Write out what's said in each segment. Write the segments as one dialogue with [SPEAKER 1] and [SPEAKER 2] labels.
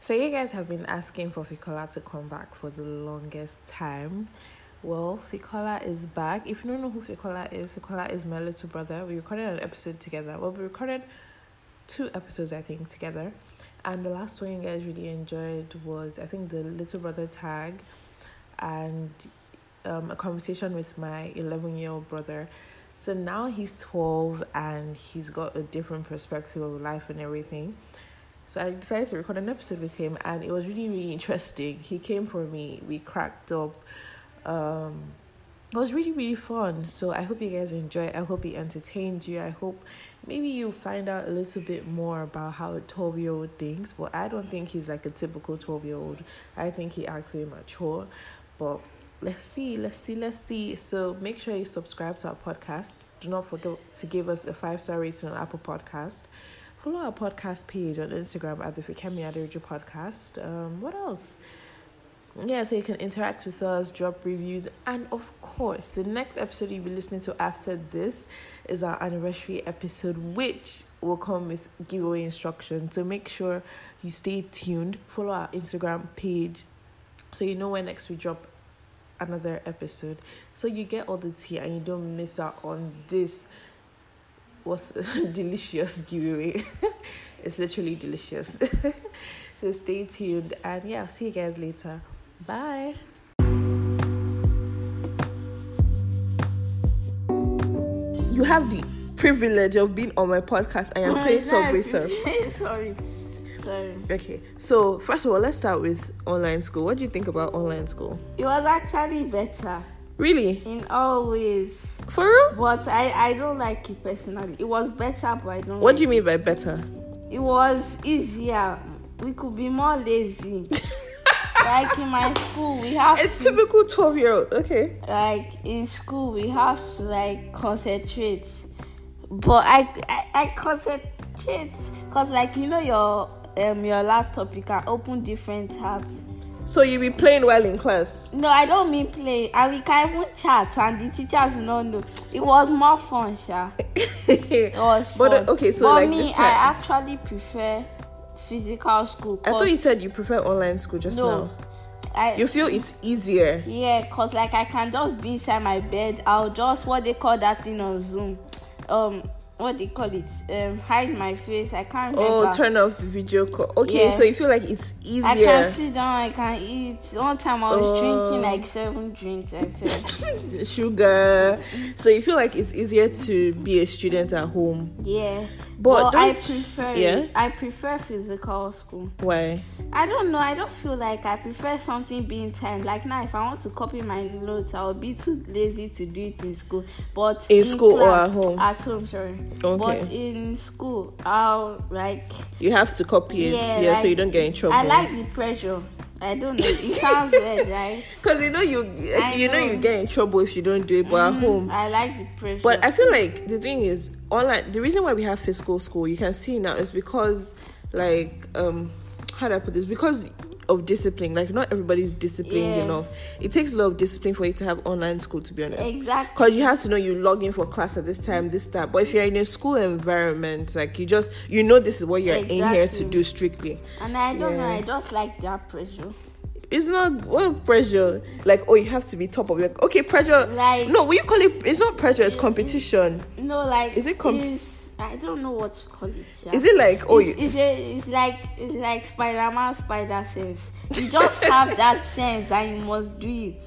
[SPEAKER 1] So you guys have been asking for Ficola to come back for the longest time. Well, Ficola is back. If you don't know who Ficola is, Ficola is my little brother. We recorded an episode together. Well, we recorded two episodes, I think, together. And the last one you guys really enjoyed was, I think, the little brother tag and um, a conversation with my 11 year old brother. So now he's 12 and he's got a different perspective of life and everything. So I decided to record an episode with him, and it was really, really interesting. He came for me, we cracked up. Um, it was really, really fun. So I hope you guys enjoy. I hope it entertained you. I hope maybe you find out a little bit more about how a 12 year old thinks. But I don't think he's like a typical 12 year old, I think he acts very mature. But let's see, let's see, let's see. So make sure you subscribe to our podcast. Do not forget to give us a five star rating on Apple Podcast. Follow our podcast page on Instagram at the Fikemi Adereju Podcast. Um, what else? Yeah, so you can interact with us, drop reviews, and of course, the next episode you'll be listening to after this is our anniversary episode, which will come with giveaway instructions. So make sure you stay tuned, follow our Instagram page, so you know when next we drop another episode so you get all the tea and you don't miss out on this what's delicious giveaway it's literally delicious so stay tuned and yeah i'll see you guys later bye you have the privilege of being on my podcast and
[SPEAKER 2] Oh
[SPEAKER 1] you're playing subway surf
[SPEAKER 2] Sorry. Sorry.
[SPEAKER 1] okay so first of all let's start with online school what do you think about online school
[SPEAKER 2] It was actually better
[SPEAKER 1] really
[SPEAKER 2] in all ways.
[SPEAKER 1] for real
[SPEAKER 2] But I, I don't like it personally. It was better, but I don't
[SPEAKER 1] what
[SPEAKER 2] like
[SPEAKER 1] do you mean by better
[SPEAKER 2] it. It was easier. We could be more lazy. like in my school, we have
[SPEAKER 1] It's
[SPEAKER 2] to,
[SPEAKER 1] typical 12 year old. Okay.
[SPEAKER 2] like in school, we have to like concentrate. But I, I, I concentrate because like you know your um your laptop you can open different tabs.
[SPEAKER 1] So you be playing while in class.
[SPEAKER 2] No, I don't mean play. And we can even chat, and the teachers will not know. It was more fun, Sha. It was fun.
[SPEAKER 1] But, uh, okay, so,
[SPEAKER 2] but
[SPEAKER 1] like,
[SPEAKER 2] me,
[SPEAKER 1] this
[SPEAKER 2] I
[SPEAKER 1] time-
[SPEAKER 2] actually prefer physical school.
[SPEAKER 1] I thought
[SPEAKER 2] 'cause-
[SPEAKER 1] you said you prefer online school just
[SPEAKER 2] no.
[SPEAKER 1] now.
[SPEAKER 2] I
[SPEAKER 1] You feel it's easier.
[SPEAKER 2] yeah, cause like I can just be inside my bed. I'll just what they call that thing on Zoom, um, what they call it, um, hide my face. I can't remember.
[SPEAKER 1] Oh, turn off the video call. Okay,
[SPEAKER 2] Yeah.
[SPEAKER 1] so you feel like it's easier.
[SPEAKER 2] I can sit down. I can eat. One time I was
[SPEAKER 1] Oh.
[SPEAKER 2] drinking like seven drinks. I said,
[SPEAKER 1] Sugar. So you feel like it's easier to be a student at home.
[SPEAKER 2] yeah.
[SPEAKER 1] But
[SPEAKER 2] but I
[SPEAKER 1] don't-
[SPEAKER 2] prefer
[SPEAKER 1] yeah?
[SPEAKER 2] it. I prefer physical school.
[SPEAKER 1] Why?
[SPEAKER 2] I don't know. I just feel like I prefer something being timed. Like now, if I want to copy my notes, I'll be too lazy to do it in school. But
[SPEAKER 1] In school or
[SPEAKER 2] class-
[SPEAKER 1] at home?
[SPEAKER 2] At home, sorry.
[SPEAKER 1] Okay.
[SPEAKER 2] But in school, I'll like.
[SPEAKER 1] You have to copy it, yeah,
[SPEAKER 2] Yeah,
[SPEAKER 1] so
[SPEAKER 2] like-
[SPEAKER 1] you don't get in trouble.
[SPEAKER 2] I like the pressure. I don't know. It sounds weird, right?
[SPEAKER 1] because you know you
[SPEAKER 2] I
[SPEAKER 1] you know.
[SPEAKER 2] know.
[SPEAKER 1] you get in trouble if you don't do it, but at home
[SPEAKER 2] Mm, I like the pressure.
[SPEAKER 1] But I feel like the thing is online. The reason why we have physical school, you can see now, is because like um, how do I put this? Because of discipline. Like not everybody's disciplined
[SPEAKER 2] Yeah.
[SPEAKER 1] enough. It takes a lot of discipline for you to have online school, to be honest.
[SPEAKER 2] Exactly.
[SPEAKER 1] Because you have to know you log in for class at this time, this time. But if you're in a school environment, like you just you know this is what you're in here to
[SPEAKER 2] Exactly.
[SPEAKER 1] do strictly.
[SPEAKER 2] and I don't know.
[SPEAKER 1] Yeah.
[SPEAKER 2] I just like that pressure.
[SPEAKER 1] It's not what pressure. Like oh, you have to be top of your okay pressure.
[SPEAKER 2] Like-
[SPEAKER 1] no, what you call it? It's not pressure. It's competition.
[SPEAKER 2] No, like
[SPEAKER 1] Is it com-
[SPEAKER 2] it's- I don't know what to call it. yeah.
[SPEAKER 1] Is it like oh? you-
[SPEAKER 2] it's, it's, a, it's like it's like Spider-Man spider sense. You just have that sense that you must do it.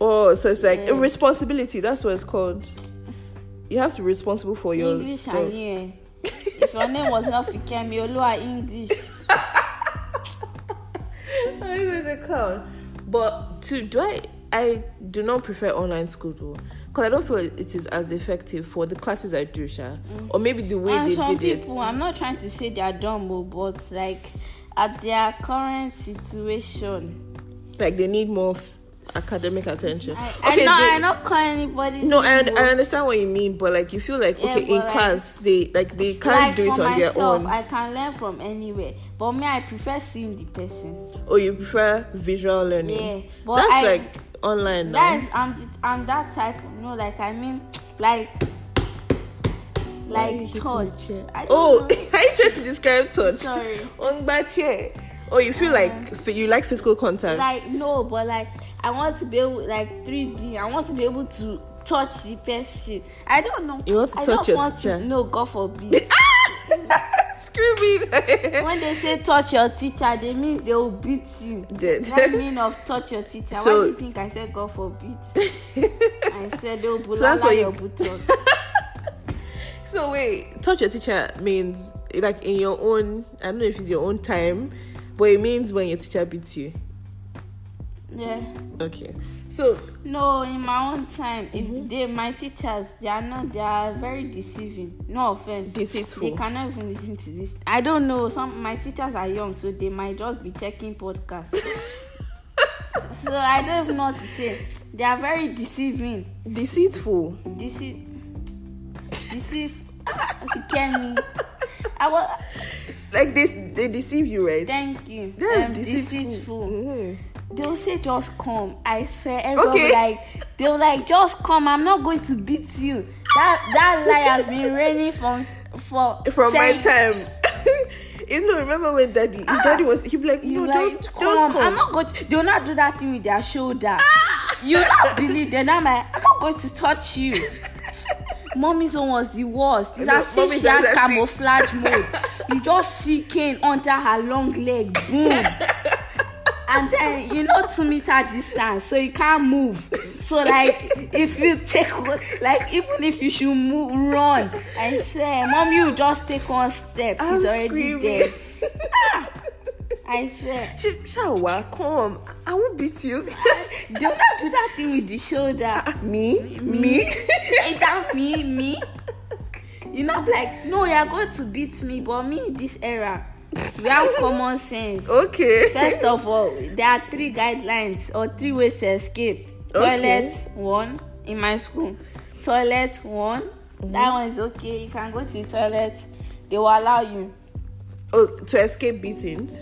[SPEAKER 1] Oh, so it's like
[SPEAKER 2] Yeah.
[SPEAKER 1] irresponsibility. That's what it's called. You have to be responsible for your
[SPEAKER 2] English
[SPEAKER 1] stuff.
[SPEAKER 2] and you. eh. If your name was not Fikemi Olua English,
[SPEAKER 1] I was Oh, a clown. But to do I, I do not prefer online school though, because I don't feel it is as effective for the classes I do, sha. Or maybe the way
[SPEAKER 2] and
[SPEAKER 1] they
[SPEAKER 2] Mm. Ah, some
[SPEAKER 1] did
[SPEAKER 2] people,
[SPEAKER 1] it.
[SPEAKER 2] I'm not trying to say they are dumb, oh, but like at their current situation,
[SPEAKER 1] Like they need more f- academic attention.
[SPEAKER 2] I, I not I not call anybody.
[SPEAKER 1] no, I,
[SPEAKER 2] dumb,
[SPEAKER 1] I
[SPEAKER 2] oh.
[SPEAKER 1] understand what you mean, but like you feel like
[SPEAKER 2] Yeah,
[SPEAKER 1] okay,
[SPEAKER 2] but,
[SPEAKER 1] in
[SPEAKER 2] like,
[SPEAKER 1] class they like they can't
[SPEAKER 2] Like,
[SPEAKER 1] do it
[SPEAKER 2] for
[SPEAKER 1] on
[SPEAKER 2] myself,
[SPEAKER 1] their own.
[SPEAKER 2] I can learn from anywhere, but me, I prefer seeing the person.
[SPEAKER 1] or Oh, you prefer visual learning.
[SPEAKER 2] Yeah, but
[SPEAKER 1] That's
[SPEAKER 2] I-
[SPEAKER 1] like online now.
[SPEAKER 2] That's I'm the- I'm that type. You know, like I mean, like
[SPEAKER 1] Why are you
[SPEAKER 2] like
[SPEAKER 1] hitting the
[SPEAKER 2] touch.
[SPEAKER 1] chair?
[SPEAKER 2] I don't
[SPEAKER 1] Oh,
[SPEAKER 2] know.
[SPEAKER 1] I tried to describe touch.
[SPEAKER 2] Sorry. Uh-huh.
[SPEAKER 1] On that chair. Oh, you feel like f- you like physical contact.
[SPEAKER 2] like no but like i want to be able like 3d i want to be able to touch the person i don't know
[SPEAKER 1] You want to
[SPEAKER 2] i
[SPEAKER 1] touch
[SPEAKER 2] just
[SPEAKER 1] your
[SPEAKER 2] want
[SPEAKER 1] teacher?
[SPEAKER 2] to know god forbid
[SPEAKER 1] Screaming.
[SPEAKER 2] when they say touch your teacher they mean they will beat you
[SPEAKER 1] Dead.
[SPEAKER 2] that mean of touch your teacher
[SPEAKER 1] So-
[SPEAKER 2] why do you think i said god forbid i said they will
[SPEAKER 1] So that's what
[SPEAKER 2] bulala
[SPEAKER 1] you-
[SPEAKER 2] your buttock
[SPEAKER 1] So wait, touch your teacher means like in your own. I don't know if it's your own time, but it means when your teacher beats you.
[SPEAKER 2] yeah
[SPEAKER 1] Okay. So
[SPEAKER 2] no in my own time if
[SPEAKER 1] Mm-hmm.
[SPEAKER 2] they my teachers they are not they are very deceiving no offense
[SPEAKER 1] deceitful.
[SPEAKER 2] They cannot even listen to this. I don't know. Some my teachers are young, so they might just be checking podcasts. so I don't even know what to say. They are very deceiving.
[SPEAKER 1] Deceitful.
[SPEAKER 2] Deceive, deceive. if you get me. I was.
[SPEAKER 1] Like this, they deceive you, right?
[SPEAKER 2] Thank you.
[SPEAKER 1] That's
[SPEAKER 2] um,
[SPEAKER 1] deceitful.
[SPEAKER 2] deceitful.
[SPEAKER 1] Mhm.
[SPEAKER 2] They'll say just come. I swear. Everyone
[SPEAKER 1] Okay.
[SPEAKER 2] will like they'll like just come. I'm not going to beat you. That that lie has been raining from s- for
[SPEAKER 1] From my
[SPEAKER 2] since-
[SPEAKER 1] time. you know, remember when daddy, if daddy was, he'd be like,
[SPEAKER 2] Ah, you
[SPEAKER 1] no,
[SPEAKER 2] like
[SPEAKER 1] just,
[SPEAKER 2] come,
[SPEAKER 1] just come.
[SPEAKER 2] i'm not going to they will not do that thing with their shoulder
[SPEAKER 1] Ah!
[SPEAKER 2] you not believe them i'm like i'm not going to touch you mommy's own was the worst it's
[SPEAKER 1] No,
[SPEAKER 2] as if
[SPEAKER 1] mommy
[SPEAKER 2] she
[SPEAKER 1] does
[SPEAKER 2] had
[SPEAKER 1] that thing.
[SPEAKER 2] camouflage mode you just see cane under her long leg boom and then you know two meter distance so you can't move so like if you take one- like even if you should move run i swear mommy will just take one step she's
[SPEAKER 1] I'm
[SPEAKER 2] already
[SPEAKER 1] screaming.
[SPEAKER 2] dead i swear
[SPEAKER 1] She, Shawa, come. I won't beat you.
[SPEAKER 2] Do not do that thing with the shoulder.
[SPEAKER 1] me? Me?
[SPEAKER 2] It don't me, me. You not be like, no, you are going to beat me, but me this era. We have common sense.
[SPEAKER 1] okay.
[SPEAKER 2] First of all, there are three guidelines or three ways to escape. Toilet,
[SPEAKER 1] Okay.
[SPEAKER 2] one in my school. Toilet, one.
[SPEAKER 1] Mm-hmm.
[SPEAKER 2] That one is okay. You can go to the toilet. They will allow you.
[SPEAKER 1] Oh, to escape beatings.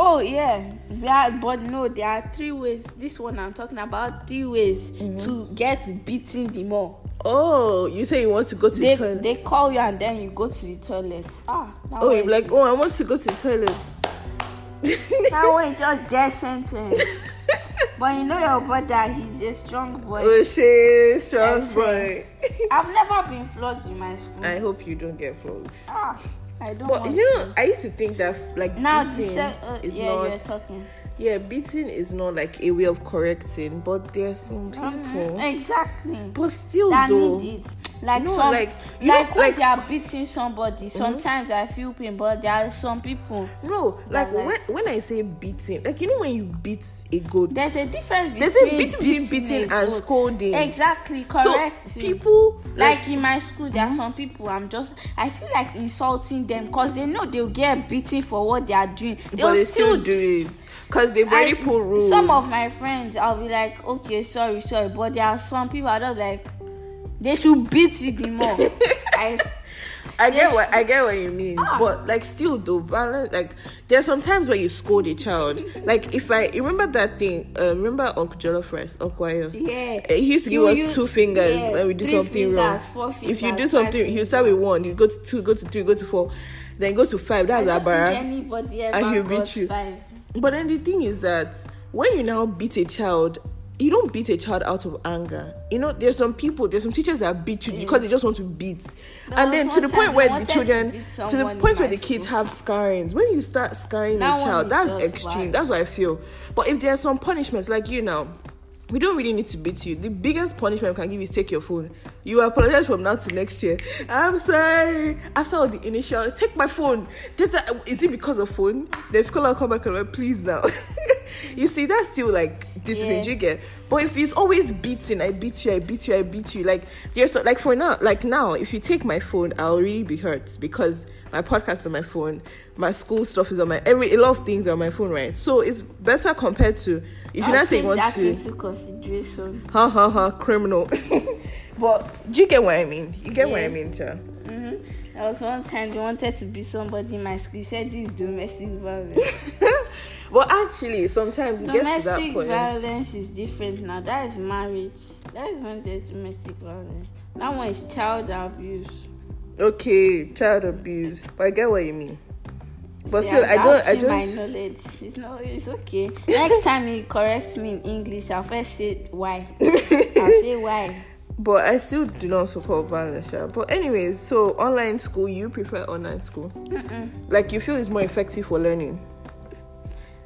[SPEAKER 2] Oh yeah, yeah, but no, there are three ways. This one I'm talking about three ways
[SPEAKER 1] Mm-hmm.
[SPEAKER 2] to get beaten the more.
[SPEAKER 1] Oh, you say you want to go to
[SPEAKER 2] They
[SPEAKER 1] the toilet.
[SPEAKER 2] they call you and then you go to the toilet. Ah, that
[SPEAKER 1] oh,
[SPEAKER 2] one
[SPEAKER 1] you're
[SPEAKER 2] is-
[SPEAKER 1] like, oh, I want to go to the toilet.
[SPEAKER 2] that one is just death sentence. but you know your brother, he's a strong boy.
[SPEAKER 1] oh, shit, strong
[SPEAKER 2] Yes,
[SPEAKER 1] boy.
[SPEAKER 2] I've never been flogged in my school.
[SPEAKER 1] I hope you don't get flogged.
[SPEAKER 2] ah, I don't
[SPEAKER 1] But
[SPEAKER 2] want
[SPEAKER 1] you know,
[SPEAKER 2] to.
[SPEAKER 1] I used to think that like
[SPEAKER 2] Now the
[SPEAKER 1] beating
[SPEAKER 2] se- uh,
[SPEAKER 1] is
[SPEAKER 2] yeah,
[SPEAKER 1] not.
[SPEAKER 2] you're talking.
[SPEAKER 1] Yeah, beating is not like a way of correcting, but there are some people.
[SPEAKER 2] Mhm, exactly.
[SPEAKER 1] But still,
[SPEAKER 2] that
[SPEAKER 1] though,
[SPEAKER 2] need it. Like
[SPEAKER 1] No,
[SPEAKER 2] some,
[SPEAKER 1] like,
[SPEAKER 2] like,
[SPEAKER 1] you know, like-
[SPEAKER 2] when
[SPEAKER 1] Mm-hmm.
[SPEAKER 2] they are beating somebody. Sometimes I feel pain, but there are some people.
[SPEAKER 1] no, like
[SPEAKER 2] That, like-
[SPEAKER 1] when, when I say beating, like you know when you beat a goat,
[SPEAKER 2] There's a difference between
[SPEAKER 1] There's a bit between beating
[SPEAKER 2] a
[SPEAKER 1] and
[SPEAKER 2] goat.
[SPEAKER 1] scolding.
[SPEAKER 2] Exactly, correct.
[SPEAKER 1] So people
[SPEAKER 2] like in my school, there are
[SPEAKER 1] Mm-hmm.
[SPEAKER 2] some people. I'm just. I feel like insulting them because they know they'll get beaten for what they are doing. They'll
[SPEAKER 1] but they still do it because they've already
[SPEAKER 2] I-
[SPEAKER 1] put rules.
[SPEAKER 2] Some of my friends, I'll be like, okay, sorry, sorry, but there are some people I just like. They should beat you the more. I,
[SPEAKER 1] I get
[SPEAKER 2] Yes. Ah.
[SPEAKER 1] what I get what you mean, but like still though balance. Like there's some times where you scold a child. like if I you remember that thing, uh, remember Uncle Jollof Rice, Uncle Ayo?
[SPEAKER 2] Yeah.
[SPEAKER 1] Uh, He used to give
[SPEAKER 2] You-
[SPEAKER 1] us
[SPEAKER 2] you-
[SPEAKER 1] two fingers
[SPEAKER 2] yeah,
[SPEAKER 1] when we do
[SPEAKER 2] three
[SPEAKER 1] something wrong.
[SPEAKER 2] fingers, four
[SPEAKER 1] if you
[SPEAKER 2] fingers,
[SPEAKER 1] do
[SPEAKER 2] five
[SPEAKER 1] something, he'll start with
[SPEAKER 2] fingers.
[SPEAKER 1] one, you go to two, go to three, go to four, then go to five.
[SPEAKER 2] I
[SPEAKER 1] That's
[SPEAKER 2] don't
[SPEAKER 1] abara.
[SPEAKER 2] think anybody
[SPEAKER 1] and
[SPEAKER 2] ever
[SPEAKER 1] he'll beat
[SPEAKER 2] got
[SPEAKER 1] you.
[SPEAKER 2] Five.
[SPEAKER 1] But then the thing is that when you now beat a child, you don't beat a child out of anger. You know, there's some people, there's some teachers that beat you because they just want to beat. and then
[SPEAKER 2] was
[SPEAKER 1] to the
[SPEAKER 2] one
[SPEAKER 1] point
[SPEAKER 2] time I
[SPEAKER 1] where the
[SPEAKER 2] wanted to
[SPEAKER 1] children,
[SPEAKER 2] beat
[SPEAKER 1] to, the
[SPEAKER 2] someone in
[SPEAKER 1] point
[SPEAKER 2] my
[SPEAKER 1] where the kids
[SPEAKER 2] school.
[SPEAKER 1] have scarrings. When you start scarring
[SPEAKER 2] That
[SPEAKER 1] a
[SPEAKER 2] one
[SPEAKER 1] child,
[SPEAKER 2] is
[SPEAKER 1] that's
[SPEAKER 2] just
[SPEAKER 1] extreme.
[SPEAKER 2] bad.
[SPEAKER 1] That's what I feel. But if there's some punishments, like you know, we don't really need to beat you. The biggest punishment we can give is take your phone. You apologize from now to next year. I'm sorry. After all the initial, take my phone. This is it because of phone? The scholar come back and like, please now. you see, that's still like discipline.
[SPEAKER 2] Yeah.
[SPEAKER 1] Do you get? But if it's always beating, I beat you, I beat you, I beat you. Like there's so, like for now, like now, if you take my phone, I'll really be hurt because my podcast is on my phone, my school stuff is on my every a lot of things are on my phone, right? So it's better compared to if you're
[SPEAKER 2] I'll
[SPEAKER 1] not saying
[SPEAKER 2] take
[SPEAKER 1] you want
[SPEAKER 2] that
[SPEAKER 1] to
[SPEAKER 2] into consideration.
[SPEAKER 1] ha ha ha criminal. but do you get what I mean? You get what I
[SPEAKER 2] Yeah.
[SPEAKER 1] mean, Cha?
[SPEAKER 2] hmm There was one time they wanted to beat somebody in my school. He said this is domestic violence.
[SPEAKER 1] But actually, sometimes it gets to that
[SPEAKER 2] domestic
[SPEAKER 1] point.
[SPEAKER 2] violence is different now. That is marriage. That is when there's domestic violence. That one is child abuse.
[SPEAKER 1] Okay, child abuse. But I get what you mean. But
[SPEAKER 2] See,
[SPEAKER 1] still,
[SPEAKER 2] I'm
[SPEAKER 1] I don't. I
[SPEAKER 2] doubting my
[SPEAKER 1] just.
[SPEAKER 2] knowledge. It's no, it's okay. Next time he corrects me in English, I'll first say why. I'll say why.
[SPEAKER 1] But I still do not support violence, yeah. But anyways, so online school, you prefer online school? Like you feel it's more effective for learning.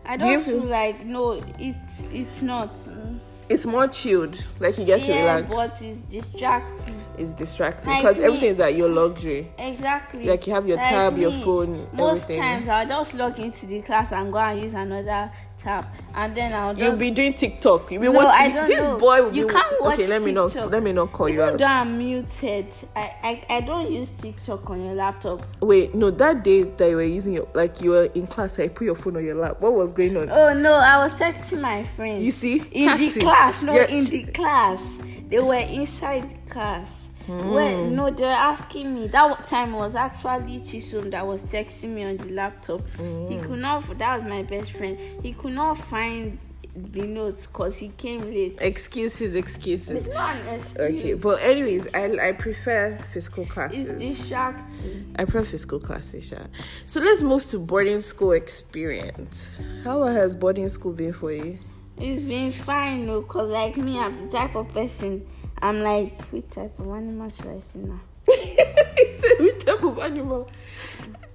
[SPEAKER 2] I
[SPEAKER 1] Do you
[SPEAKER 2] don't
[SPEAKER 1] feel-
[SPEAKER 2] feel like no, it's it's not. Mm.
[SPEAKER 1] It's more chilled. Like you get to
[SPEAKER 2] yeah,
[SPEAKER 1] relax.
[SPEAKER 2] but it's distracting.
[SPEAKER 1] It's distracting
[SPEAKER 2] Like
[SPEAKER 1] because
[SPEAKER 2] me-
[SPEAKER 1] everything is at your luxury.
[SPEAKER 2] Exactly.
[SPEAKER 1] Like you have your tab, your phone,
[SPEAKER 2] Most
[SPEAKER 1] everything.
[SPEAKER 2] times I'll just log into the class and go and use another tab, and then I'll just
[SPEAKER 1] You'll be doing TikTok. You'll be
[SPEAKER 2] No,
[SPEAKER 1] watching.
[SPEAKER 2] I don't
[SPEAKER 1] this
[SPEAKER 2] know.
[SPEAKER 1] boy will
[SPEAKER 2] You
[SPEAKER 1] be.
[SPEAKER 2] can't watch
[SPEAKER 1] okay, let me not.
[SPEAKER 2] TikTok.
[SPEAKER 1] Let me not call you
[SPEAKER 2] even
[SPEAKER 1] out.
[SPEAKER 2] though I'm muted. I, I I don't use TikTok on your laptop.
[SPEAKER 1] Wait, no. That day that you were using your, like you were in class, I put your phone on your lap. What was going on?
[SPEAKER 2] Oh no, I was texting my friends.
[SPEAKER 1] You see?
[SPEAKER 2] in the
[SPEAKER 1] Chatting.
[SPEAKER 2] class, no,
[SPEAKER 1] Yeah,
[SPEAKER 2] in
[SPEAKER 1] ch-
[SPEAKER 2] the class, they were inside the class. Well, no, they were asking me. That wa- time was actually Chisum that was texting me on the laptop. He could not. f- That was my best friend. He could not find the notes because he came late.
[SPEAKER 1] Excuses,
[SPEAKER 2] It's
[SPEAKER 1] excuses.
[SPEAKER 2] not an excuse.
[SPEAKER 1] Okay, but anyways, I I prefer physical classes.
[SPEAKER 2] it's distracting.
[SPEAKER 1] I prefer physical classes, yeah. So let's move to boarding school experience. How has boarding school been for you?
[SPEAKER 2] It's been fine, no, cause like me, I'm the type of person. I'm like, which type of animal should I see now?
[SPEAKER 1] it's every type of animal.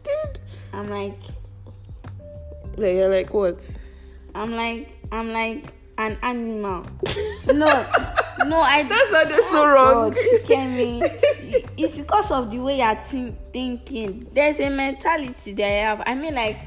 [SPEAKER 1] Dude.
[SPEAKER 2] I'm like,
[SPEAKER 1] Like you're like what?
[SPEAKER 2] I'm like I'm like an animal. no, no, I. Oh,
[SPEAKER 1] That's why they're so wrong.
[SPEAKER 2] God, Kemi, it's because of the way you're think, thinking. There's a mentality that I have. I mean, like,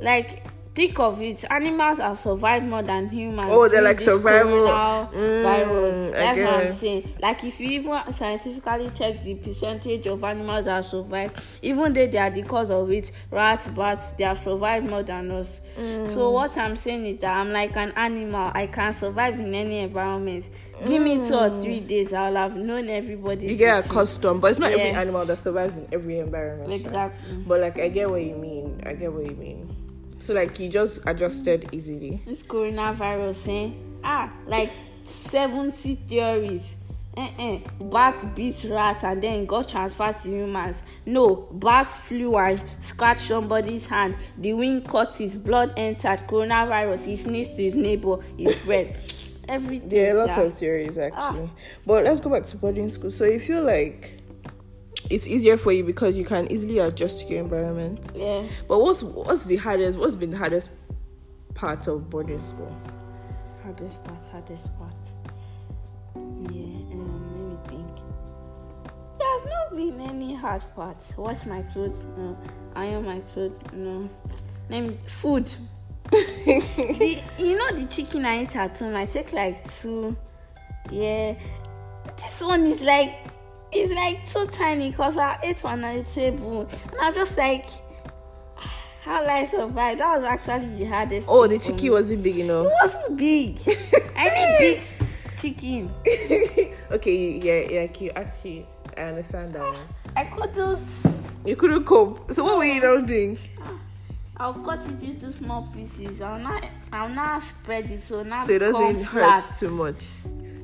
[SPEAKER 2] like think of it. Animals have survived more than humans.
[SPEAKER 1] Oh, they're
[SPEAKER 2] through
[SPEAKER 1] like
[SPEAKER 2] this
[SPEAKER 1] survival.
[SPEAKER 2] corona
[SPEAKER 1] Mm,
[SPEAKER 2] virus.
[SPEAKER 1] I
[SPEAKER 2] That's what I'm
[SPEAKER 1] get it.
[SPEAKER 2] saying. Like, if you even scientifically check the percentage of animals that survive, even though they are the cause of it, rats, bats, they have survived more than us.
[SPEAKER 1] Mm.
[SPEAKER 2] So what I'm saying is that I'm like an animal. I can survive in any environment. Give me two or three days, I'll have known everybody.
[SPEAKER 1] Mm. You get accustomed, but it's not every
[SPEAKER 2] Yeah.
[SPEAKER 1] animal that survives in every environment. right?
[SPEAKER 2] Exactly.
[SPEAKER 1] But like I get what you mean. I get what you mean. So like you just adjusted easily.
[SPEAKER 2] This coronavirus, eh? Ah, like 70 theories. Uh-uh. Bat beat rat and then it got transferred to humans. No, bat flew and scratched somebody's hand. The wing cut it, blood entered. Coronavirus, he sneezed to his neighbor, it spread. Everything.
[SPEAKER 1] There are lots
[SPEAKER 2] sha.
[SPEAKER 1] of theories actually. But let's go back to boarding school. So you feel like it's easier for you because you can easily adjust to your environment.
[SPEAKER 2] Yeah.
[SPEAKER 1] But what's what's the hardest? What's been the hardest part of boarding school?
[SPEAKER 2] Hardest part, hardest part. Yeah, um, let me think. There's not been any hard parts. Wash my clothes, no. Iron my clothes, no. Let me food. the, you know the chicken I eat at home. I take like two. Yeah, this one is like it's like so tiny because I ate one on the table, and I'm just like, how did I survive? That was actually the hardest.
[SPEAKER 1] Oh, the
[SPEAKER 2] thing for
[SPEAKER 1] chicken
[SPEAKER 2] me.
[SPEAKER 1] wasn't big enough.
[SPEAKER 2] It wasn't big. I need big s- chicken.
[SPEAKER 1] okay, yeah, like you actually, I understand that one.
[SPEAKER 2] I couldn't.
[SPEAKER 1] You couldn't cope. So what were you now doing?
[SPEAKER 2] I'll cut it into small pieces. I'll not. I'll not spread it so now
[SPEAKER 1] So it doesn't
[SPEAKER 2] become flat.
[SPEAKER 1] hurt too much.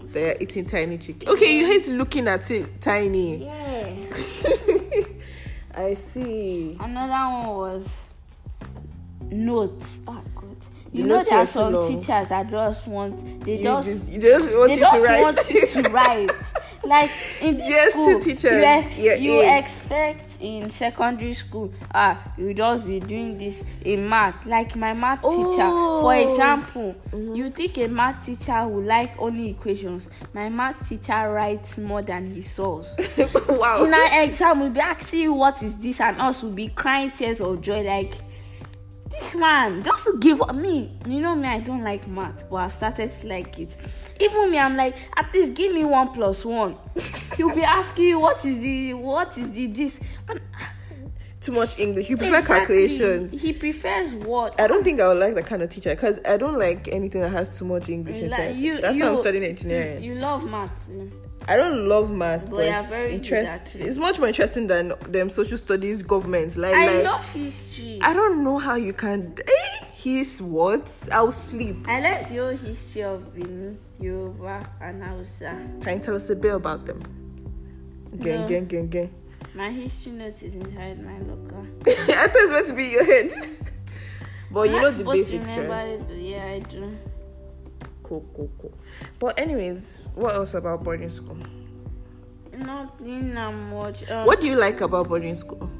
[SPEAKER 1] They're eating tiny chicken. Okay, you hate looking at it tiny.
[SPEAKER 2] Yeah.
[SPEAKER 1] I see.
[SPEAKER 2] Another one was notes. Oh God.
[SPEAKER 1] The
[SPEAKER 2] You know
[SPEAKER 1] notes
[SPEAKER 2] there
[SPEAKER 1] were
[SPEAKER 2] are
[SPEAKER 1] too
[SPEAKER 2] some
[SPEAKER 1] long.
[SPEAKER 2] teachers that just want. They
[SPEAKER 1] You
[SPEAKER 2] just.
[SPEAKER 1] just, you just want
[SPEAKER 2] they
[SPEAKER 1] it
[SPEAKER 2] just
[SPEAKER 1] to write.
[SPEAKER 2] want you to write. Like in this
[SPEAKER 1] Just to
[SPEAKER 2] school,
[SPEAKER 1] teach
[SPEAKER 2] you,
[SPEAKER 1] us
[SPEAKER 2] ex-
[SPEAKER 1] your
[SPEAKER 2] you
[SPEAKER 1] age.
[SPEAKER 2] expect in secondary school, ah, you just be doing this in math. Like my math teacher, for
[SPEAKER 1] Oh. Mm-hmm.
[SPEAKER 2] example, you think a math teacher would like only equations. My math teacher writes more than he solves.
[SPEAKER 1] wow.
[SPEAKER 2] in our exam we'll be asking you what is this and us will be crying tears of joy like this man just give up me you know me i don't like math but i've started to like it even me i'm like at least give me one plus one he'll be asking you what is the what is the this and
[SPEAKER 1] too much English. You prefer
[SPEAKER 2] exactly,
[SPEAKER 1] calculation.
[SPEAKER 2] he prefers what
[SPEAKER 1] I don't think I would like that kind of teacher because I don't like anything that has too much English
[SPEAKER 2] Like,
[SPEAKER 1] inside. That's why I'm studying engineering.
[SPEAKER 2] you, you love math you know.
[SPEAKER 1] I don't love math,
[SPEAKER 2] But
[SPEAKER 1] but
[SPEAKER 2] you are
[SPEAKER 1] it's
[SPEAKER 2] very good
[SPEAKER 1] interest.
[SPEAKER 2] at it.
[SPEAKER 1] It's much more interesting than them social studies, government. Like,
[SPEAKER 2] i
[SPEAKER 1] like
[SPEAKER 2] love history
[SPEAKER 1] I don't know how you can. Eh, his what? I'll sleep.
[SPEAKER 2] i learned your history of benin yoruba and hausa
[SPEAKER 1] Can you tell us a bit about them? Gang,
[SPEAKER 2] No.
[SPEAKER 1] gang, gang, gang.
[SPEAKER 2] My history note is inside my locker.
[SPEAKER 1] I thought it's meant to be in your head. but Oh, you
[SPEAKER 2] I'm
[SPEAKER 1] know
[SPEAKER 2] not
[SPEAKER 1] the
[SPEAKER 2] supposed to
[SPEAKER 1] basics, right?
[SPEAKER 2] remember it. Yeah, I do.
[SPEAKER 1] Cool, cool, cool. But anyways, what else about boarding school?
[SPEAKER 2] Nothing that much. Um,
[SPEAKER 1] What do you like about boarding school?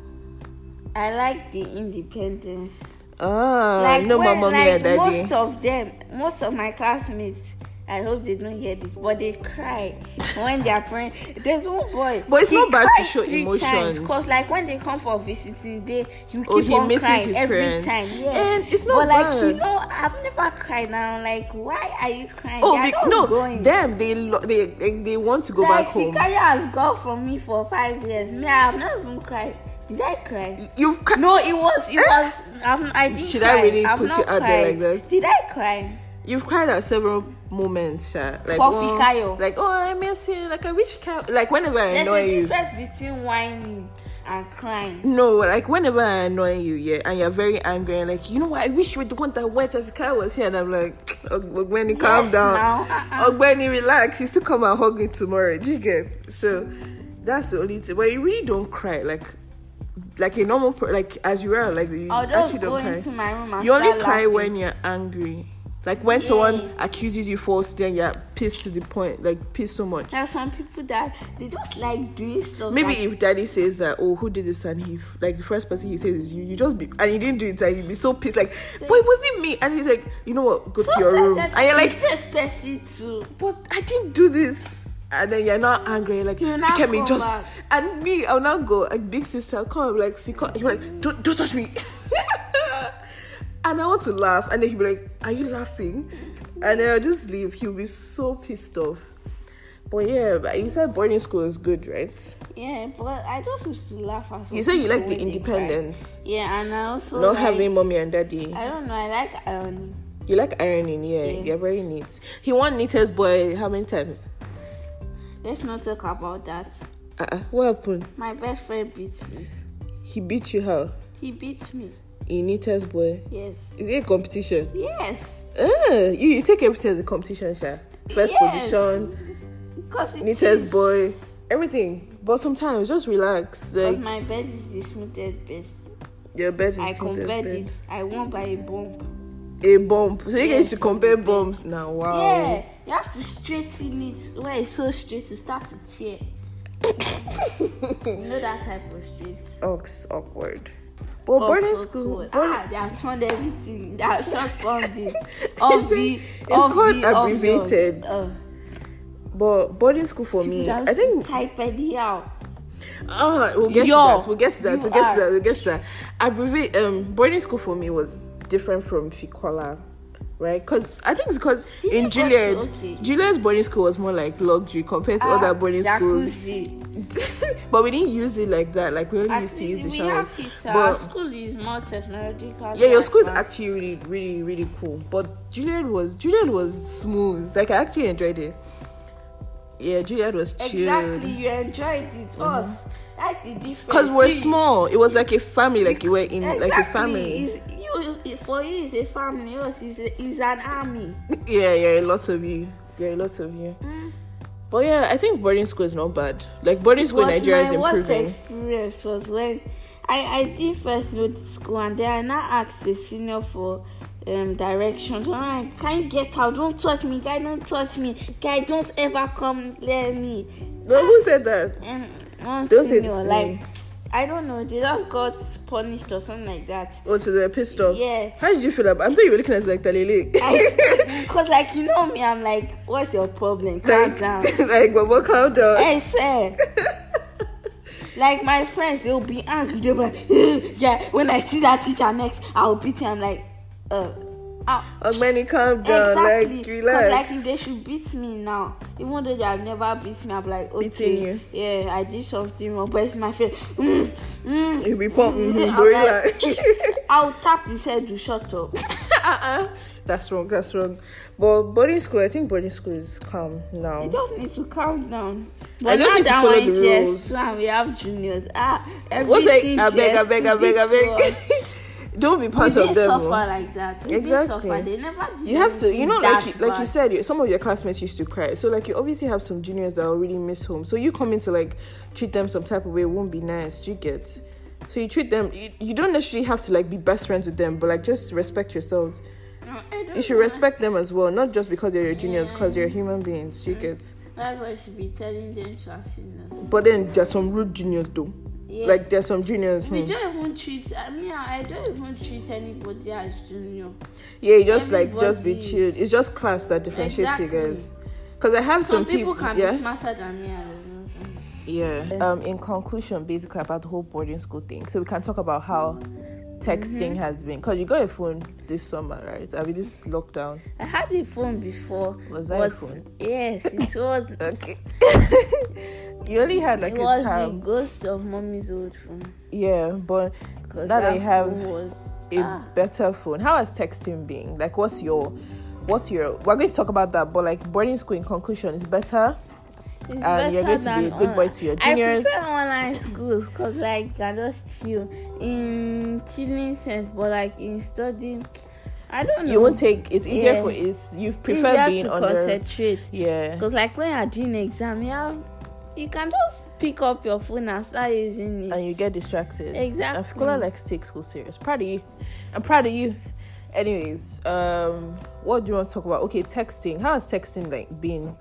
[SPEAKER 2] I like the independence.
[SPEAKER 1] Ah,
[SPEAKER 2] like
[SPEAKER 1] no,
[SPEAKER 2] when-
[SPEAKER 1] my mommy
[SPEAKER 2] like
[SPEAKER 1] and daddy.
[SPEAKER 2] most of them, most of my classmates. I hope they don't hear this, but they cry when their parents. There's one boy,
[SPEAKER 1] But it's
[SPEAKER 2] he
[SPEAKER 1] not bad to
[SPEAKER 2] cried
[SPEAKER 1] show
[SPEAKER 2] three
[SPEAKER 1] emotions.
[SPEAKER 2] Cause like when they come for visiting, they you keep
[SPEAKER 1] Oh, he
[SPEAKER 2] on
[SPEAKER 1] misses
[SPEAKER 2] crying
[SPEAKER 1] his
[SPEAKER 2] every
[SPEAKER 1] parents.
[SPEAKER 2] time. Yeah,
[SPEAKER 1] And it's not
[SPEAKER 2] But like you
[SPEAKER 1] bad.
[SPEAKER 2] know, I've never cried, and I'm like, why are you crying?
[SPEAKER 1] Oh,
[SPEAKER 2] They are
[SPEAKER 1] be-
[SPEAKER 2] not
[SPEAKER 1] no,
[SPEAKER 2] going.
[SPEAKER 1] them they, lo- they they they want to go
[SPEAKER 2] like
[SPEAKER 1] back home.
[SPEAKER 2] Fikaya has gone from me for five years. Me, I've not even cried. Did I cry?
[SPEAKER 1] You've cr-
[SPEAKER 2] No, it was it was. I'm, I didn't.
[SPEAKER 1] Should I
[SPEAKER 2] cry.
[SPEAKER 1] really
[SPEAKER 2] I've
[SPEAKER 1] put
[SPEAKER 2] not
[SPEAKER 1] you out
[SPEAKER 2] cried.
[SPEAKER 1] there like that?
[SPEAKER 2] Did I cry?
[SPEAKER 1] you've cried at several moments, Sha. Like
[SPEAKER 2] For
[SPEAKER 1] oh,
[SPEAKER 2] Fikayo.
[SPEAKER 1] Like oh, I miss you. Like I wish. Ka- like whenever I
[SPEAKER 2] There's
[SPEAKER 1] annoy
[SPEAKER 2] a
[SPEAKER 1] you.
[SPEAKER 2] difference between whining and crying.
[SPEAKER 1] No, like whenever I annoy you, yeah, and you're very angry, and like, you know what, I wish you were the one that went if Kai was here, and I'm like, Ogbeni, calm
[SPEAKER 2] Yes,
[SPEAKER 1] down.
[SPEAKER 2] now, uh-uh.
[SPEAKER 1] Ogbeni, relax. You still come and hug me tomorrow. Do you get? So that's the only thing. But you really don't cry, like, like a normal, per- like as you are, like you
[SPEAKER 2] I'll just
[SPEAKER 1] actually
[SPEAKER 2] go
[SPEAKER 1] don't cry.
[SPEAKER 2] into my room and
[SPEAKER 1] You only
[SPEAKER 2] start
[SPEAKER 1] cry
[SPEAKER 2] laughing.
[SPEAKER 1] when you're angry. Like when
[SPEAKER 2] Yeah.
[SPEAKER 1] someone accuses you false, then you're pissed to the point, like pissed so much.
[SPEAKER 2] There's some people that they just like doing stuff.
[SPEAKER 1] Maybe
[SPEAKER 2] like,
[SPEAKER 1] if daddy says that, oh, who did this, and he f- like the first person he says is you, you just be and he didn't do it, and you'd be so pissed, like, but it wasn't me, and he's like, you know what, go to your
[SPEAKER 2] sometimes
[SPEAKER 1] room,
[SPEAKER 2] you're
[SPEAKER 1] and you're
[SPEAKER 2] the
[SPEAKER 1] like,
[SPEAKER 2] first person to.
[SPEAKER 1] but I didn't do this, and then you're not angry, you're like,
[SPEAKER 2] You'll now
[SPEAKER 1] "Fika, me
[SPEAKER 2] come
[SPEAKER 1] just,
[SPEAKER 2] back.
[SPEAKER 1] and me, I'll now go, like big sister, I'll come, I'm like, Fika, you're like, don't, don't touch me, and I want to laugh, and then he'll be like, are you laughing? And then I'll just leave. He'll be so pissed off. But yeah, but you said boarding school is good, right?
[SPEAKER 2] Yeah, but I just used to laugh at. some
[SPEAKER 1] You say you
[SPEAKER 2] people
[SPEAKER 1] like the
[SPEAKER 2] when they cry.
[SPEAKER 1] independence,
[SPEAKER 2] Yeah, and I also
[SPEAKER 1] not
[SPEAKER 2] like,
[SPEAKER 1] having mommy and daddy.
[SPEAKER 2] I don't know. I like irony.
[SPEAKER 1] You like ironing, yeah.
[SPEAKER 2] Yeah.
[SPEAKER 1] You're very neat. He won neatest boy how many times?
[SPEAKER 2] Let's not talk about that.
[SPEAKER 1] Uh-uh. What happened?
[SPEAKER 2] My best friend beats me.
[SPEAKER 1] He beat you how?
[SPEAKER 2] He beats me.
[SPEAKER 1] In neatest boy.
[SPEAKER 2] Yes.
[SPEAKER 1] Is it a competition?
[SPEAKER 2] Yes.
[SPEAKER 1] Uh, you, you take everything as a competition, Sha. First
[SPEAKER 2] Yes.
[SPEAKER 1] position,
[SPEAKER 2] Because it is.
[SPEAKER 1] neatest boy, everything. But sometimes just relax.
[SPEAKER 2] Because
[SPEAKER 1] Like
[SPEAKER 2] my bed is the smoothest best.
[SPEAKER 1] your bed is
[SPEAKER 2] I
[SPEAKER 1] smoothest
[SPEAKER 2] compared
[SPEAKER 1] bed.
[SPEAKER 2] it. I won by a bump.
[SPEAKER 1] A bump. So you guys
[SPEAKER 2] Yes.
[SPEAKER 1] to compare bumps now. Wow.
[SPEAKER 2] Yeah. You have to straighten it where it's so straight to start to tear. you know that type of straight.
[SPEAKER 1] Oh, it's awkward. But
[SPEAKER 2] Up
[SPEAKER 1] Oh, boarding
[SPEAKER 2] to
[SPEAKER 1] school.
[SPEAKER 2] toe.
[SPEAKER 1] boarding-
[SPEAKER 2] Ah, they have turned everything. They have short formed it. Of the,
[SPEAKER 1] It's
[SPEAKER 2] of
[SPEAKER 1] called
[SPEAKER 2] the, of yours.
[SPEAKER 1] abbreviated.
[SPEAKER 2] Uh,
[SPEAKER 1] But boarding school for me,
[SPEAKER 2] just
[SPEAKER 1] I think.
[SPEAKER 2] type it out.
[SPEAKER 1] Uh, we'll get
[SPEAKER 2] Yo,
[SPEAKER 1] to that. We'll get to that.
[SPEAKER 2] you
[SPEAKER 1] We'll get to
[SPEAKER 2] are-
[SPEAKER 1] that. We'll get to that. Abbreviate. Um, boarding school for me was different from Fikola, right? Because I think it's because
[SPEAKER 2] Did you
[SPEAKER 1] in
[SPEAKER 2] go to-
[SPEAKER 1] Juliet,
[SPEAKER 2] okay.
[SPEAKER 1] Juliet's boarding school was more like luxury compared to
[SPEAKER 2] Ah,
[SPEAKER 1] other boarding schools.
[SPEAKER 2] jacuzzi.
[SPEAKER 1] but we didn't use it like that. Like we only used to
[SPEAKER 2] Actually,
[SPEAKER 1] use the
[SPEAKER 2] we
[SPEAKER 1] showers.
[SPEAKER 2] have it. Our
[SPEAKER 1] But
[SPEAKER 2] school is more technological.
[SPEAKER 1] yeah, your school is
[SPEAKER 2] than ours.
[SPEAKER 1] actually really, really, really cool. But Juliet was Juliet was smooth. Like I actually enjoyed it. Yeah, Juliet was chill.
[SPEAKER 2] Exactly, you enjoyed it. Us, that's the difference.
[SPEAKER 1] because we're
[SPEAKER 2] You-
[SPEAKER 1] small it was like a family like you were in
[SPEAKER 2] Exactly.
[SPEAKER 1] like a family
[SPEAKER 2] It's- you, for you, it's a family. Us is a- is an army.
[SPEAKER 1] yeah yeah lots of you yeah lots of you but yeah i think boarding school is not bad like boarding school in
[SPEAKER 2] But
[SPEAKER 1] nigeria is
[SPEAKER 2] my worst
[SPEAKER 1] improving
[SPEAKER 2] experience was when I, I did first know the school and then I now asked the senior for um, directions. All right, can you get out? Don't touch me, guy. Don't touch me, guy. Don't ever come near me.
[SPEAKER 1] no who said that
[SPEAKER 2] Um, one
[SPEAKER 1] Don't say
[SPEAKER 2] senior,
[SPEAKER 1] the-
[SPEAKER 2] like I don't know, they just got punished or something like that.
[SPEAKER 1] oh so they were pissed off
[SPEAKER 2] Yeah.
[SPEAKER 1] how did you feel about i'm sure you were looking at it like talele
[SPEAKER 2] Because, like, you know me, I'm like, what's your problem? Calm
[SPEAKER 1] like,
[SPEAKER 2] down. Eh,
[SPEAKER 1] like but what calm down
[SPEAKER 2] hey, sir. like, my friends, they'll be angry. They'll be like, "Eh, yeah, when I see that teacher next, I'll beat him. I'm like, uh, ah.
[SPEAKER 1] oh man calm down
[SPEAKER 2] Exactly,
[SPEAKER 1] like
[SPEAKER 2] 'Cause,
[SPEAKER 1] relax
[SPEAKER 2] like if they should beat me now, even though they have never beat me, I'm like, okay,
[SPEAKER 1] Beating you.
[SPEAKER 2] yeah, I did something wrong, but it's my fault. Mm, mm.
[SPEAKER 1] you'll be pumping
[SPEAKER 3] Mm-hmm.
[SPEAKER 2] Yeah,
[SPEAKER 1] mm
[SPEAKER 2] I'm
[SPEAKER 1] relax
[SPEAKER 2] I'll tap his head to shut up.
[SPEAKER 1] uh-uh. that's wrong that's wrong but boarding school i think boarding school is calm now
[SPEAKER 2] You just need to calm down.
[SPEAKER 1] I just need
[SPEAKER 2] now
[SPEAKER 1] to
[SPEAKER 2] that
[SPEAKER 1] follow
[SPEAKER 2] we're in
[SPEAKER 1] the
[SPEAKER 2] GS2
[SPEAKER 1] rules.
[SPEAKER 2] and we have juniors. Ah,
[SPEAKER 1] What's
[SPEAKER 2] everything
[SPEAKER 3] Ah,
[SPEAKER 1] it? I beg, I
[SPEAKER 2] GS2
[SPEAKER 1] beg, I beg,
[SPEAKER 2] did
[SPEAKER 1] I
[SPEAKER 2] to us.
[SPEAKER 1] beg.
[SPEAKER 3] Don't be
[SPEAKER 2] we
[SPEAKER 3] part
[SPEAKER 2] didn't
[SPEAKER 3] of them.
[SPEAKER 2] suffer
[SPEAKER 3] oh.
[SPEAKER 2] like that. We didn't
[SPEAKER 3] Exactly.
[SPEAKER 2] suffer. They never. Did
[SPEAKER 3] You have to, you
[SPEAKER 2] anything
[SPEAKER 3] know, like
[SPEAKER 2] that
[SPEAKER 3] you, like you
[SPEAKER 2] bad.
[SPEAKER 3] said, you- some of your classmates used to cry. So like you obviously have some juniors that already miss home. So you coming to like treat them some type of way won't be nice. Do you get? So you treat them. You, you don't necessarily have to like be best friends with them, but like just respect yourselves.
[SPEAKER 2] No, I don't
[SPEAKER 3] You should
[SPEAKER 2] know.
[SPEAKER 3] respect them as well, not just because they're your juniors, because they're human beings. Do you get?
[SPEAKER 2] That's why you should be telling them to our seniors.
[SPEAKER 3] But then there's some rude juniors though.
[SPEAKER 2] Yeah.
[SPEAKER 3] Like there's some juniors.
[SPEAKER 2] we
[SPEAKER 3] hmm.
[SPEAKER 2] don't even treat. I mean, I don't even treat anybody as junior.
[SPEAKER 3] Yeah, you just like just be
[SPEAKER 2] Everybody's-
[SPEAKER 3] chilled. It's just class that differentiates you guys.
[SPEAKER 2] Exactly.
[SPEAKER 3] Because I have
[SPEAKER 2] Some,
[SPEAKER 3] some,
[SPEAKER 2] people, can
[SPEAKER 3] yeah?
[SPEAKER 2] be smarter than me. I don't know.
[SPEAKER 3] Yeah.
[SPEAKER 1] Um, in conclusion, basically about the whole boarding school thing, so we can talk about how texting
[SPEAKER 2] Mm-hmm.
[SPEAKER 1] has been. Cause you got a phone this summer, right? I mean, this lockdown.
[SPEAKER 2] I had a phone before.
[SPEAKER 1] Was that a
[SPEAKER 2] but-
[SPEAKER 1] phone?
[SPEAKER 2] Yes, it was.
[SPEAKER 1] Okay. you only had like
[SPEAKER 2] it
[SPEAKER 1] a
[SPEAKER 2] was
[SPEAKER 1] tab.
[SPEAKER 2] the ghost of mommy's old phone.
[SPEAKER 1] Yeah, but
[SPEAKER 2] 'cause
[SPEAKER 1] Now that
[SPEAKER 2] that
[SPEAKER 1] you have
[SPEAKER 2] phone was,
[SPEAKER 1] a
[SPEAKER 2] ah,
[SPEAKER 1] better phone. How has texting been? Like, what's your, what's your? We're going to talk about that, but like boarding school in conclusion is better.
[SPEAKER 2] it's
[SPEAKER 1] and um, you're
[SPEAKER 2] better
[SPEAKER 1] going to be a
[SPEAKER 2] than
[SPEAKER 1] good boy
[SPEAKER 2] online.
[SPEAKER 1] to your
[SPEAKER 2] I
[SPEAKER 1] juniors.
[SPEAKER 2] prefer online schools because like you can just chill in chilling sense, but like in studying, I don't know.
[SPEAKER 1] You won't take. It's easier
[SPEAKER 2] Yeah.
[SPEAKER 1] for it's you
[SPEAKER 2] It's
[SPEAKER 1] prefer
[SPEAKER 2] easier
[SPEAKER 1] being
[SPEAKER 2] to
[SPEAKER 1] under.
[SPEAKER 2] concentrate.
[SPEAKER 1] Yeah.
[SPEAKER 2] Because like when you're doing exam, you have, you can just pick up your phone and start using it.
[SPEAKER 1] and you get distracted. And
[SPEAKER 2] Exactly.
[SPEAKER 1] Ficola likes to take school serious. Proud of you. I'm proud of you. Anyways, um, what do you want to talk about? Okay, texting. How has texting like been?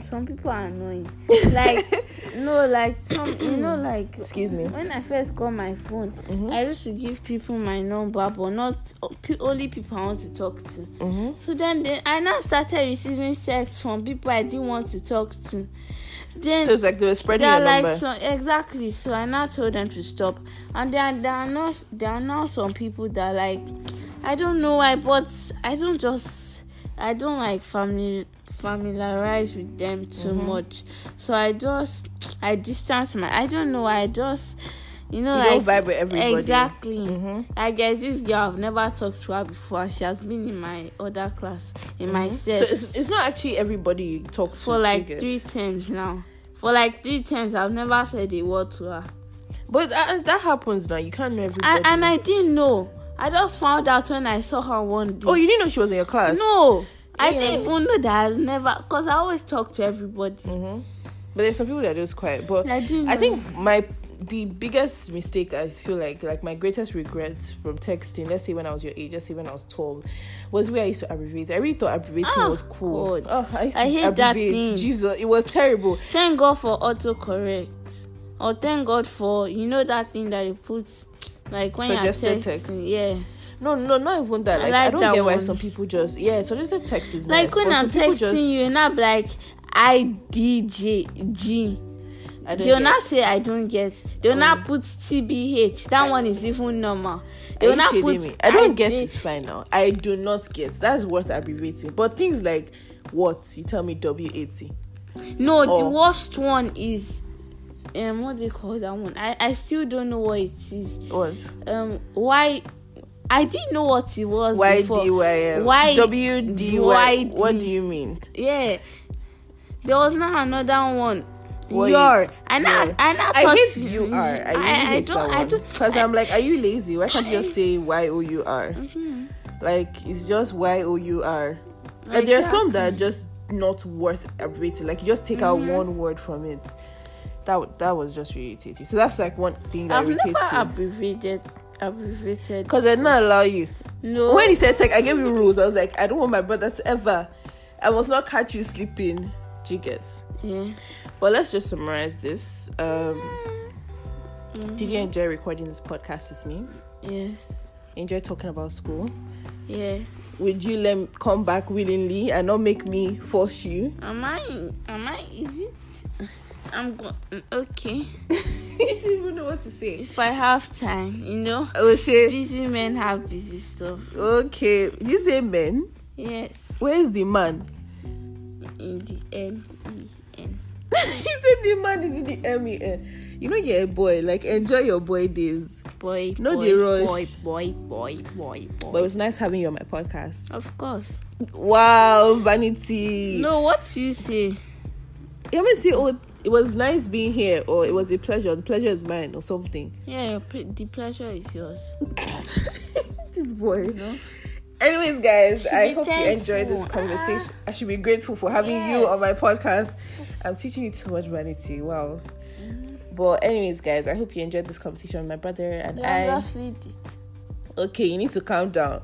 [SPEAKER 2] Some people are annoying. Like no, like some you know like
[SPEAKER 1] Excuse me. Mm-hmm.
[SPEAKER 2] When I first got my phone, I used to give people my number, but not o- pe- only people I want to talk to. So then, then I now started receiving sex from people I didn't want to talk to. Then
[SPEAKER 1] So it's like they were spreading
[SPEAKER 2] they
[SPEAKER 1] your
[SPEAKER 2] are like
[SPEAKER 1] number.
[SPEAKER 2] so exactly so i now told them to stop and there, are- there are not there are now some people that like i don't know why but i don't just i don't like family familiarize with them too
[SPEAKER 1] Mm-hmm.
[SPEAKER 2] much so i just i distance my i don't know i just you know
[SPEAKER 1] You
[SPEAKER 2] like
[SPEAKER 1] don't vibe with everybody. Mm-hmm.
[SPEAKER 2] exactly i guess this girl i've never talked to her before and she has been in my other class in my set
[SPEAKER 1] Mm-hmm. so it's, it's not actually everybody you talk to.
[SPEAKER 2] for
[SPEAKER 1] you
[SPEAKER 2] like
[SPEAKER 1] get.
[SPEAKER 2] three times now. For like three times, I've never said a word to her.
[SPEAKER 1] But that, that happens now. You can't know everybody.
[SPEAKER 2] And, and I didn't know. I just found out when I saw her one day.
[SPEAKER 1] oh, you didn't know she was in your class.
[SPEAKER 2] no, I
[SPEAKER 1] Yeah.
[SPEAKER 2] didn't even know that. I never, cause I always talk to everybody.
[SPEAKER 1] Mm-hmm. But there's some people that are just quiet. But
[SPEAKER 2] I do
[SPEAKER 1] I
[SPEAKER 2] know.
[SPEAKER 1] think my the biggest mistake I feel like like my greatest regret from texting, let's say when I was your age, let's say when I was twelve, was where I used to abbreviate. I really thought abbreviating
[SPEAKER 2] Oh,
[SPEAKER 1] was cool.
[SPEAKER 2] God.
[SPEAKER 1] Oh, I, used
[SPEAKER 2] I
[SPEAKER 1] to
[SPEAKER 2] hate that
[SPEAKER 1] abbreviate.
[SPEAKER 2] thing.
[SPEAKER 1] Jesus, it was terrible.
[SPEAKER 2] Thank God for autocorrect, or thank God for you know that thing that you put like when
[SPEAKER 1] Suggested
[SPEAKER 2] you're
[SPEAKER 1] text.
[SPEAKER 2] texting. Yeah,
[SPEAKER 1] No, no, not even that.
[SPEAKER 2] I
[SPEAKER 1] Like I,
[SPEAKER 2] like
[SPEAKER 1] don't
[SPEAKER 2] that
[SPEAKER 1] get why
[SPEAKER 2] one.
[SPEAKER 1] some people just yeah. So just a text is
[SPEAKER 2] like
[SPEAKER 1] nice,
[SPEAKER 2] when
[SPEAKER 1] but
[SPEAKER 2] I'm
[SPEAKER 1] some people
[SPEAKER 2] texting
[SPEAKER 1] just-
[SPEAKER 2] you, and I'm like I D J G.
[SPEAKER 1] I don't
[SPEAKER 2] they will
[SPEAKER 1] get- Oh.
[SPEAKER 2] not say i don't get they will not put tbh that one is even normal they
[SPEAKER 1] Are
[SPEAKER 2] will
[SPEAKER 1] you
[SPEAKER 2] not
[SPEAKER 1] shading
[SPEAKER 2] put
[SPEAKER 1] me? I don't get
[SPEAKER 2] did-
[SPEAKER 1] it's fine now. I do not get. That's what abbreviating. But things like what you tell me W eighty.
[SPEAKER 2] no the
[SPEAKER 1] Oh.
[SPEAKER 2] worst one is um what do you call that one i i still don't know what it is
[SPEAKER 1] What?
[SPEAKER 2] um why i didn't know what it was
[SPEAKER 1] Y
[SPEAKER 2] before.
[SPEAKER 1] D Y L
[SPEAKER 2] Why-
[SPEAKER 1] uh, W D Y.
[SPEAKER 2] why
[SPEAKER 1] What
[SPEAKER 2] D-
[SPEAKER 1] do you mean?
[SPEAKER 2] yeah there was now another one
[SPEAKER 1] What
[SPEAKER 2] your
[SPEAKER 1] you-
[SPEAKER 2] and i
[SPEAKER 1] your.
[SPEAKER 2] and i
[SPEAKER 1] I
[SPEAKER 2] thought
[SPEAKER 1] hate you are. I really
[SPEAKER 2] I
[SPEAKER 1] hate
[SPEAKER 2] don't- I
[SPEAKER 1] that one.
[SPEAKER 2] don't-
[SPEAKER 1] Because I'm like, are you lazy? Why can't you just say Y O U R?
[SPEAKER 2] Mm-hmm.
[SPEAKER 1] Like it's just Y O U R. And there are some that are just not worth abbreviating. Like you just take out
[SPEAKER 2] Mm-hmm.
[SPEAKER 1] one word from it. That w- that was just really irritating. So that's like one thing that
[SPEAKER 2] i've
[SPEAKER 1] irritates
[SPEAKER 2] never
[SPEAKER 1] you.
[SPEAKER 2] abbreviated abbreviated
[SPEAKER 1] Because I did not allow you.
[SPEAKER 2] no
[SPEAKER 1] When he said tech, I gave you rules. I was like, I don't want my brother to ever. I must not catch you sleeping. Jiggers.
[SPEAKER 2] yeah
[SPEAKER 1] But let's just summarize this. Um, Did you enjoy recording this podcast with me?
[SPEAKER 2] yes
[SPEAKER 1] Enjoy talking about school?
[SPEAKER 2] yeah
[SPEAKER 1] Would you let me come back willingly and not make me force you?
[SPEAKER 2] Am I? Am I? Is it? I'm going. Okay.
[SPEAKER 1] I don't even know what to say.
[SPEAKER 2] If I have time, you know.
[SPEAKER 1] Oh shit.
[SPEAKER 2] Busy men have busy stuff.
[SPEAKER 1] Okay. You say men.
[SPEAKER 2] Yes.
[SPEAKER 1] Where is the man?
[SPEAKER 2] In the end, E N.
[SPEAKER 1] he said the man is in the M E N. You know you're a boy. Like enjoy your boy days.
[SPEAKER 2] Boy.
[SPEAKER 1] No,
[SPEAKER 2] boy,
[SPEAKER 1] they rush.
[SPEAKER 2] Boy. Boy. Boy. Boy. Boy.
[SPEAKER 1] But it was nice having you on my podcast.
[SPEAKER 2] of course.
[SPEAKER 1] Wow, vanity.
[SPEAKER 2] No, what you say?
[SPEAKER 1] You haven't say, oh, it was nice being here, or it was a pleasure. The pleasure is mine, or something.
[SPEAKER 2] Yeah, your ple- the pleasure is yours.
[SPEAKER 1] this boy. Anyways, guys,
[SPEAKER 2] Should
[SPEAKER 1] I
[SPEAKER 2] be
[SPEAKER 1] hope you enjoyed this
[SPEAKER 2] thankful. Ah.
[SPEAKER 1] conversation. I should be grateful for having you
[SPEAKER 2] Yes.
[SPEAKER 1] on my podcast. I'm teaching you too much vanity. Wow.
[SPEAKER 2] Mm-hmm.
[SPEAKER 1] But anyways, guys, I hope you enjoyed this conversation with my brother and
[SPEAKER 2] Yeah,
[SPEAKER 1] I.
[SPEAKER 2] just read it.
[SPEAKER 1] Okay, you need to calm down.